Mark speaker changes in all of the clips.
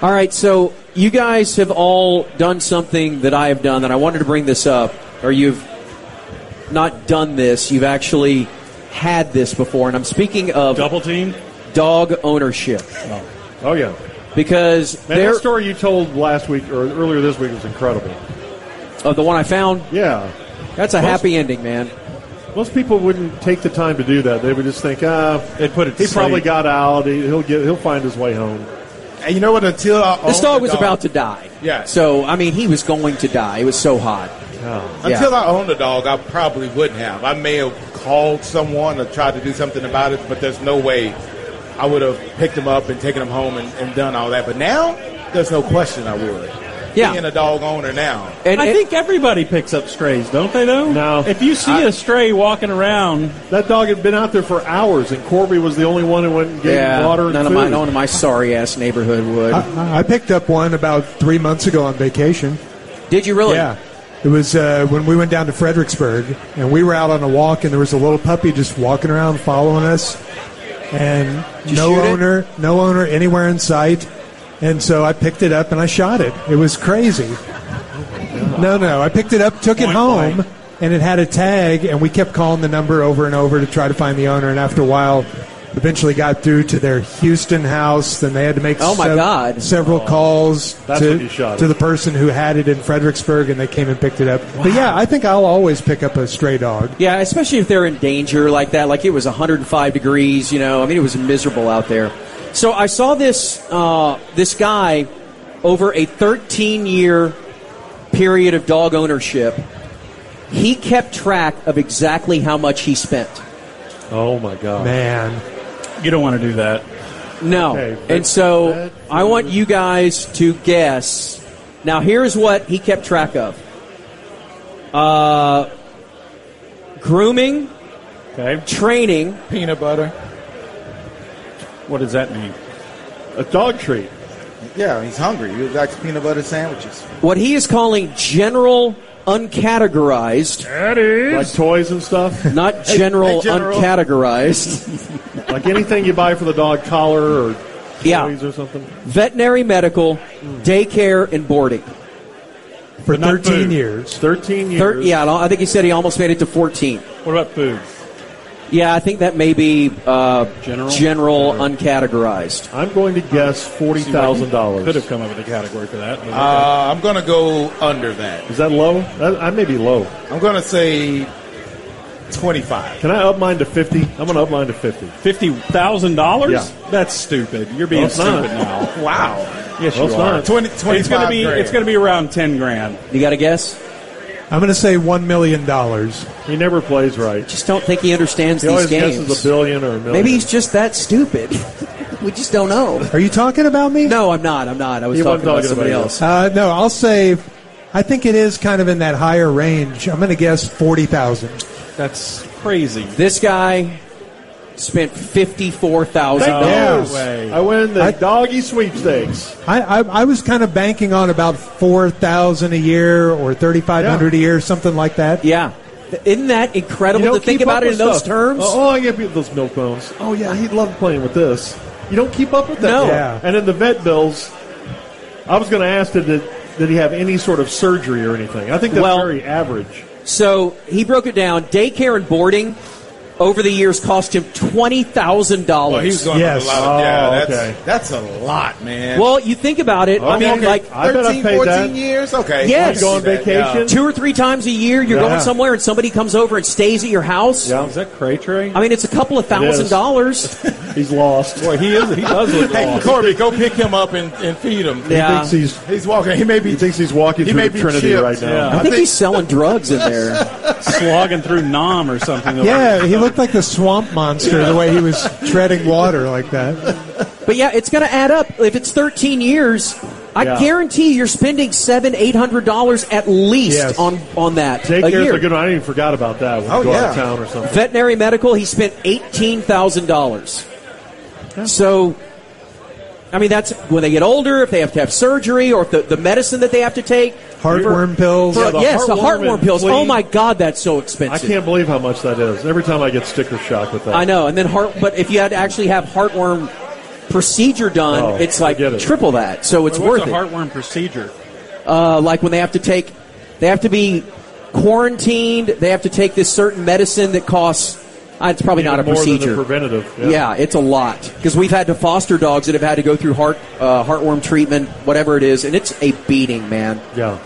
Speaker 1: All right, so you guys have all done something that I have done, and I wanted to bring this up. Or you've not done this, you've actually had this before, and I'm speaking of
Speaker 2: Double team?
Speaker 1: dog ownership.
Speaker 2: Oh, yeah.
Speaker 1: Because
Speaker 2: Man,
Speaker 1: there,
Speaker 2: that story you told last week or earlier this week was incredible.
Speaker 1: of the one I found,
Speaker 2: Yeah.
Speaker 1: that's a
Speaker 2: Most-
Speaker 1: happy ending, man.
Speaker 2: Most people wouldn't take the time to do that. They would just think, ah,
Speaker 3: They'd put it to
Speaker 2: he probably
Speaker 3: sleep.
Speaker 2: got out. He- He'll get. He'll find his way home.
Speaker 3: And you know what? Until I
Speaker 1: This
Speaker 3: owned
Speaker 1: dog
Speaker 3: the
Speaker 1: was
Speaker 3: dog,
Speaker 1: about to die.
Speaker 3: Yeah.
Speaker 1: So I mean, he was going to die. It was so hot.
Speaker 2: Yeah.
Speaker 1: Yeah.
Speaker 3: Until I owned a dog, I probably wouldn't have. I may have called someone or tried to do something about it, but there's no way I would have picked him up and taken him home and, and done all that. But now, there's no question I would.
Speaker 1: Yeah.
Speaker 3: Being a dog owner now.
Speaker 1: And,
Speaker 4: I
Speaker 1: and-
Speaker 4: think everybody picks up strays, don't they? Though
Speaker 2: No.
Speaker 4: If you see a stray walking around,
Speaker 2: That dog had been out there for hours, and Corby was the only one who went and gave him
Speaker 1: yeah,
Speaker 2: water and
Speaker 1: none of
Speaker 2: food.
Speaker 1: my none of my sorry ass neighborhood would.
Speaker 5: Uh, I, I picked up one about three months ago on vacation.
Speaker 1: Did you really?
Speaker 5: Yeah. It was uh, when we went down to Fredericksburg, and we were out on a walk, and there was a little puppy just walking around following us, and
Speaker 1: you
Speaker 5: no
Speaker 1: shoot it?
Speaker 5: owner, no owner anywhere in sight. And so I picked it up and I shot it. It was crazy.
Speaker 1: Oh
Speaker 5: No, no, I picked it up, took it
Speaker 4: Point
Speaker 5: home,
Speaker 4: blank.
Speaker 5: and it had a tag, and we kept calling the number over and over to try to find the owner. And after a while, eventually got through to their Houston house. Then they had to make
Speaker 1: Oh, my God.
Speaker 5: several calls
Speaker 2: That's
Speaker 5: to,
Speaker 2: when you shot
Speaker 5: to
Speaker 2: it.
Speaker 5: the person who had it in Fredericksburg, and they came and picked it up. But yeah, I think I'll always pick up a stray dog.
Speaker 1: Yeah, especially if they're in danger like that. Like it was 105 degrees, you know. I mean, it was miserable out there. So I saw this uh, this guy over a 13 year period of dog ownership. He kept track of exactly how much he spent.
Speaker 2: Oh my god!
Speaker 5: Man,
Speaker 4: you don't want to do that.
Speaker 1: No,
Speaker 2: Okay, but-
Speaker 1: and so
Speaker 2: but-
Speaker 1: I want you guys to guess. Now, here's what he kept track of: uh, grooming,
Speaker 4: Okay,
Speaker 1: training,
Speaker 3: Peanut butter.
Speaker 4: what does that mean?
Speaker 2: A dog treat.
Speaker 3: Yeah, he's hungry. He likes peanut butter sandwiches.
Speaker 1: what he is calling general uncategorized,
Speaker 2: Like toys and stuff,
Speaker 1: not general,
Speaker 3: hey, general.
Speaker 1: uncategorized,
Speaker 2: like anything you buy for the dog, collar or toys
Speaker 1: Yeah.
Speaker 2: or something.
Speaker 1: veterinary medical, daycare, and boarding.
Speaker 5: for
Speaker 4: But not
Speaker 5: 13
Speaker 4: food.
Speaker 5: years.
Speaker 2: Thirteen years.
Speaker 1: Thir- yeah, I think he said he almost made it to 14.
Speaker 4: What about food?
Speaker 1: Yeah, I think that may be uh,
Speaker 4: General?
Speaker 1: general uncategorized.
Speaker 2: I'm going to guess forty thousand
Speaker 4: Could have
Speaker 2: dollars.
Speaker 4: come up with a category for that. but-
Speaker 3: Uh, I'm going to go under that.
Speaker 2: Is that low? That, I may be low.
Speaker 3: I'm going to say 25.
Speaker 2: Can I up mine to fifty? I'm going to up mine to fifty.
Speaker 4: Fifty thousand
Speaker 2: Yeah.
Speaker 4: dollars? That's stupid. You're being
Speaker 2: No, it's not.
Speaker 4: stupid now.
Speaker 3: Wow.
Speaker 4: Yes,
Speaker 2: No,
Speaker 4: you
Speaker 2: it's
Speaker 4: are.
Speaker 2: not.
Speaker 3: 20,
Speaker 4: It's
Speaker 3: 25
Speaker 4: gonna be
Speaker 3: grand.
Speaker 4: it's gonna be around ten grand.
Speaker 1: You got a guess?
Speaker 5: I'm going to say $1 million.
Speaker 2: He never plays right.
Speaker 1: Just don't think he understands
Speaker 2: He
Speaker 1: these
Speaker 2: always
Speaker 1: games.
Speaker 2: guesses a billion or a million.
Speaker 1: Maybe he's just that stupid. we just don't know.
Speaker 5: Are you talking about me?
Speaker 1: No, I'm not. I'm not. I was
Speaker 2: He
Speaker 1: talking
Speaker 2: wasn't
Speaker 1: about
Speaker 2: talking
Speaker 1: somebody
Speaker 2: about you.
Speaker 1: else.
Speaker 5: Uh, no, I'll say I think it is kind of in that higher range. I'm going to guess 40,000.
Speaker 4: That's crazy.
Speaker 1: This guy spent fifty-four thousand
Speaker 2: Thank
Speaker 1: dollars.
Speaker 2: goodness.
Speaker 4: way.
Speaker 2: I win the
Speaker 5: I-
Speaker 2: doggy sweepstakes.
Speaker 5: I, I, I was kind of banking on about 4,000 a year or 3,500 a year, something like that.
Speaker 1: Yeah, isn't that incredible
Speaker 2: don't
Speaker 1: to think
Speaker 2: keep up
Speaker 1: about it
Speaker 2: with
Speaker 1: in those
Speaker 2: stuff.
Speaker 1: terms?
Speaker 2: Oh, oh, I get those milk bones. Oh yeah, he loved playing with this. You don't keep up with that.
Speaker 1: No.
Speaker 2: stuff.
Speaker 5: Yeah.
Speaker 2: And then the vet bills. I was going to ask did it, did he have any sort of surgery or anything? I think that's
Speaker 1: Well-
Speaker 2: very average.
Speaker 1: So he broke it down. Daycare and boarding over the years cost him twenty thousand
Speaker 3: Well, he was
Speaker 1: dollars.
Speaker 3: Oh, going
Speaker 5: Yes.
Speaker 3: to a lot of, yeah,
Speaker 2: Oh,
Speaker 3: that's,
Speaker 2: okay.
Speaker 3: that's a lot, man.
Speaker 1: Well, you think about it. I
Speaker 2: Okay.
Speaker 1: mean, like
Speaker 2: I bet I
Speaker 3: 13,
Speaker 2: paid
Speaker 3: 14
Speaker 2: that.
Speaker 3: years? Okay.
Speaker 1: Yes.
Speaker 2: Go on vacation?
Speaker 1: two or three times a year, you're
Speaker 2: Yeah.
Speaker 1: going somewhere, and somebody comes over and stays at your house.
Speaker 4: Is that cray tray?
Speaker 1: I mean, it's a couple of thousand
Speaker 2: is.
Speaker 1: dollars.
Speaker 2: He's lost.
Speaker 4: Boy, he is. He does look
Speaker 3: Hey,
Speaker 4: lost.
Speaker 3: Corby, go pick him up and, and feed him.
Speaker 1: Yeah.
Speaker 2: He thinks he's
Speaker 3: He's walking. He may be.
Speaker 2: he thinks he's walking
Speaker 3: He
Speaker 2: through
Speaker 3: may
Speaker 2: the
Speaker 3: be
Speaker 2: Trinity
Speaker 3: chipped.
Speaker 2: right now.
Speaker 4: Yeah.
Speaker 1: I think he's selling drugs in there.
Speaker 4: slogging through Nom or something.
Speaker 5: Yeah, he looked like the swamp monster the way he was treading water like that.
Speaker 1: But yeah, it's going to add up. If it's 13 years, I
Speaker 2: Yeah.
Speaker 1: guarantee you're spending seven, eight hundred dollars at least
Speaker 5: Yes.
Speaker 1: on on that a
Speaker 2: Daycare's
Speaker 1: year.
Speaker 2: a good one. I even forgot about that. When
Speaker 3: Oh,
Speaker 2: we go out of
Speaker 3: yeah.
Speaker 2: town or something.
Speaker 1: Veterinary medical, he spent eighteen thousand dollars. So, I mean, that's when they get older. If they have to have surgery, or if the, the medicine that they have to take.
Speaker 5: Heartworm pills.
Speaker 2: Yeah, the
Speaker 1: yes, the
Speaker 2: heartworm
Speaker 1: heartworm
Speaker 2: and
Speaker 1: pills.
Speaker 2: flea.
Speaker 1: Oh my God, that's so
Speaker 2: I
Speaker 1: expensive.
Speaker 2: can't believe how much that is. Every time I get sticker shock with that.
Speaker 1: I know. And then heart, but if you had to actually have heartworm procedure done,
Speaker 2: Oh,
Speaker 1: it's like
Speaker 2: forget it.
Speaker 1: triple that. So it's
Speaker 4: What's
Speaker 1: worth
Speaker 4: a
Speaker 1: it.
Speaker 4: heartworm procedure?
Speaker 1: uh, like when they have to take, they have to be quarantined. They have to take this certain medicine that costs. Uh, it's probably not a
Speaker 2: more
Speaker 1: procedure.
Speaker 2: than the preventative.
Speaker 1: Yeah, it's a lot because we've had to foster dogs that have had to go through heart uh, heartworm treatment, whatever it is, and it's a beating, man.
Speaker 2: yeah.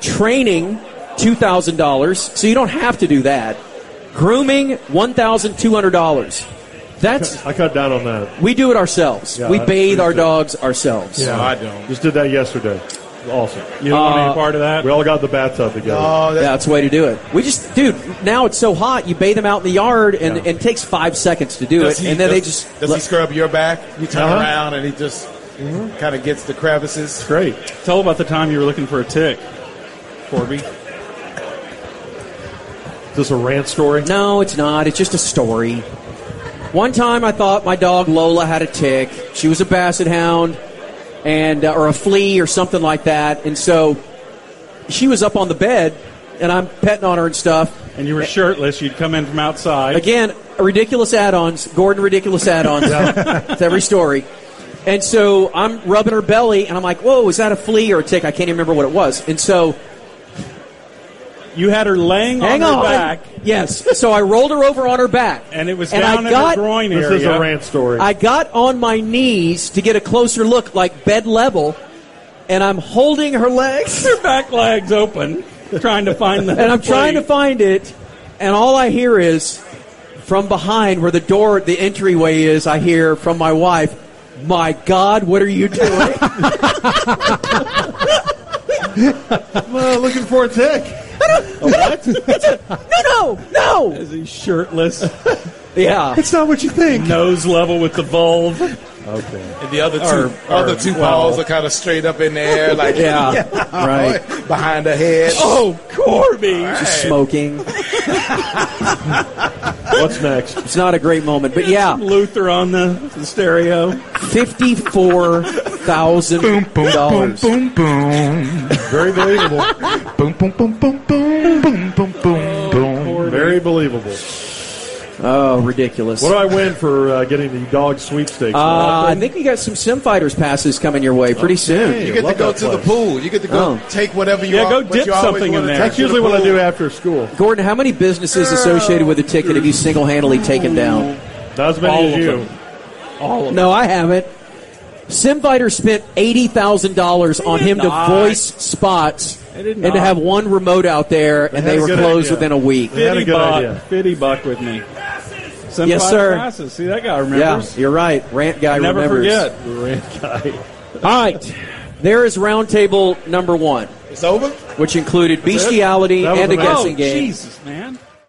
Speaker 1: Training, two thousand dollars, so you don't have to do that. Grooming, one thousand two hundred dollars. That's
Speaker 2: I cut down on that.
Speaker 1: we do it ourselves.
Speaker 2: Yeah,
Speaker 1: we
Speaker 2: I-
Speaker 1: bathe our
Speaker 2: we do.
Speaker 1: dogs ourselves.
Speaker 3: No, I don't.
Speaker 2: Just did that yesterday. Awesome.
Speaker 4: You don't want any part of
Speaker 1: Uh,
Speaker 4: that?
Speaker 2: We all got in the bathtub together.
Speaker 3: Oh, that's,
Speaker 1: That's the way to do it. We just, dude. Now it's so hot. You bathe them out in the yard, and,
Speaker 2: Yeah.
Speaker 1: and it takes five seconds to do
Speaker 3: does
Speaker 1: it,
Speaker 3: he-
Speaker 1: and then
Speaker 3: does-
Speaker 1: they just
Speaker 3: does he
Speaker 1: let-
Speaker 3: scrub your back? You turn
Speaker 2: Uh-huh.
Speaker 3: around and he just kind of gets the crevices.
Speaker 2: Great.
Speaker 4: Tell about the time you were looking for a tick, Corby.
Speaker 2: Is this a rant story?
Speaker 1: No, it's not. It's just a story. One time I thought my dog Lola had a tick. She was a basset hound and uh, or a flea or something like that. And so she was up on the bed and I'm petting on her and stuff.
Speaker 4: And you were shirtless. You'd come in from outside.
Speaker 1: Again, ridiculous add-ons. Gordon, ridiculous add-ons. it's every story. And so I'm rubbing her belly, and I'm like, "Whoa, is that a flea or a tick?" I can't even remember what it was. And so,
Speaker 4: You had her laying
Speaker 1: hang
Speaker 4: on
Speaker 1: on.
Speaker 4: her back,
Speaker 1: Yes. So I rolled her over on her back,
Speaker 4: and it was
Speaker 1: and
Speaker 4: down
Speaker 1: I
Speaker 4: in her
Speaker 1: got
Speaker 4: groin
Speaker 2: This
Speaker 4: area.
Speaker 2: is a rant story.
Speaker 1: I got on my knees to get a closer look, like bed level, and I'm holding her legs
Speaker 4: Her back legs open, trying to find the.
Speaker 1: and I'm trying to find it, and all I hear is from behind where the door, the entryway is, I hear from my wife, My God, what are you doing?
Speaker 2: uh, looking for a tick.
Speaker 1: no, no, no!
Speaker 4: Is he shirtless,
Speaker 1: Yeah.
Speaker 5: It's not what you think.
Speaker 4: nose level with the vulve?
Speaker 2: Okay.
Speaker 3: And the other two,
Speaker 4: Or-
Speaker 3: other
Speaker 4: or-
Speaker 3: two
Speaker 4: well.
Speaker 3: paws are kind of straight up in the air, like
Speaker 1: Yeah. Right.
Speaker 3: behind the head.
Speaker 4: Oh, Corby!
Speaker 1: Just smoking.
Speaker 2: What's next?
Speaker 1: It's not a great moment, but yeah,
Speaker 4: Luther on the, the stereo.
Speaker 1: fifty-four thousand dollars.
Speaker 6: boom, boom.
Speaker 2: Very believable.
Speaker 6: Boom, boom, boom, boom, boom, boom, boom, boom, boom.
Speaker 2: Very believable.
Speaker 1: Oh, ridiculous.
Speaker 2: What do I win for uh, getting the dog sweepstakes?
Speaker 1: Uh, I think we got some Sim Fighters passes coming your way pretty soon.
Speaker 2: Hey,
Speaker 3: You get to
Speaker 2: love
Speaker 3: go
Speaker 2: that
Speaker 3: to the
Speaker 2: place.
Speaker 3: pool. You get to go
Speaker 1: Oh.
Speaker 3: take whatever you
Speaker 4: Yeah,
Speaker 3: are-
Speaker 4: go
Speaker 3: what
Speaker 4: dip
Speaker 3: you always
Speaker 4: something in
Speaker 3: wanna
Speaker 4: there.
Speaker 3: take
Speaker 2: That's
Speaker 3: to the
Speaker 2: usually what I
Speaker 3: pool.
Speaker 2: do after school.
Speaker 1: Gordon, how many businesses associated with the ticket have you single-handedly taken down?
Speaker 2: Not as many
Speaker 4: All
Speaker 2: as
Speaker 4: of
Speaker 2: you.
Speaker 4: them.
Speaker 1: No, I haven't. Simfighter spent eighty thousand dollars on
Speaker 4: They did
Speaker 1: him
Speaker 4: not.
Speaker 1: to voice spots
Speaker 4: They did
Speaker 1: and to
Speaker 4: not.
Speaker 1: have one remote out there, and
Speaker 2: had
Speaker 1: they
Speaker 2: a
Speaker 1: were
Speaker 2: good
Speaker 1: closed
Speaker 2: idea.
Speaker 1: within a week.
Speaker 2: They had a
Speaker 4: Fitty
Speaker 2: good
Speaker 4: buck,
Speaker 2: idea.
Speaker 4: Fitty buck with me. Some
Speaker 1: Yes,
Speaker 4: five
Speaker 1: sir.
Speaker 4: passes. See that guy
Speaker 1: Yeah,
Speaker 4: remembers.
Speaker 1: you're right. Rant guy
Speaker 4: Never
Speaker 1: remembers.
Speaker 4: forget.
Speaker 1: All right, there is roundtable number one,
Speaker 3: It's over.
Speaker 1: which included bestiality
Speaker 2: That was
Speaker 1: and a
Speaker 2: amazing.
Speaker 1: guessing
Speaker 4: oh,
Speaker 1: game.
Speaker 4: Jesus, man!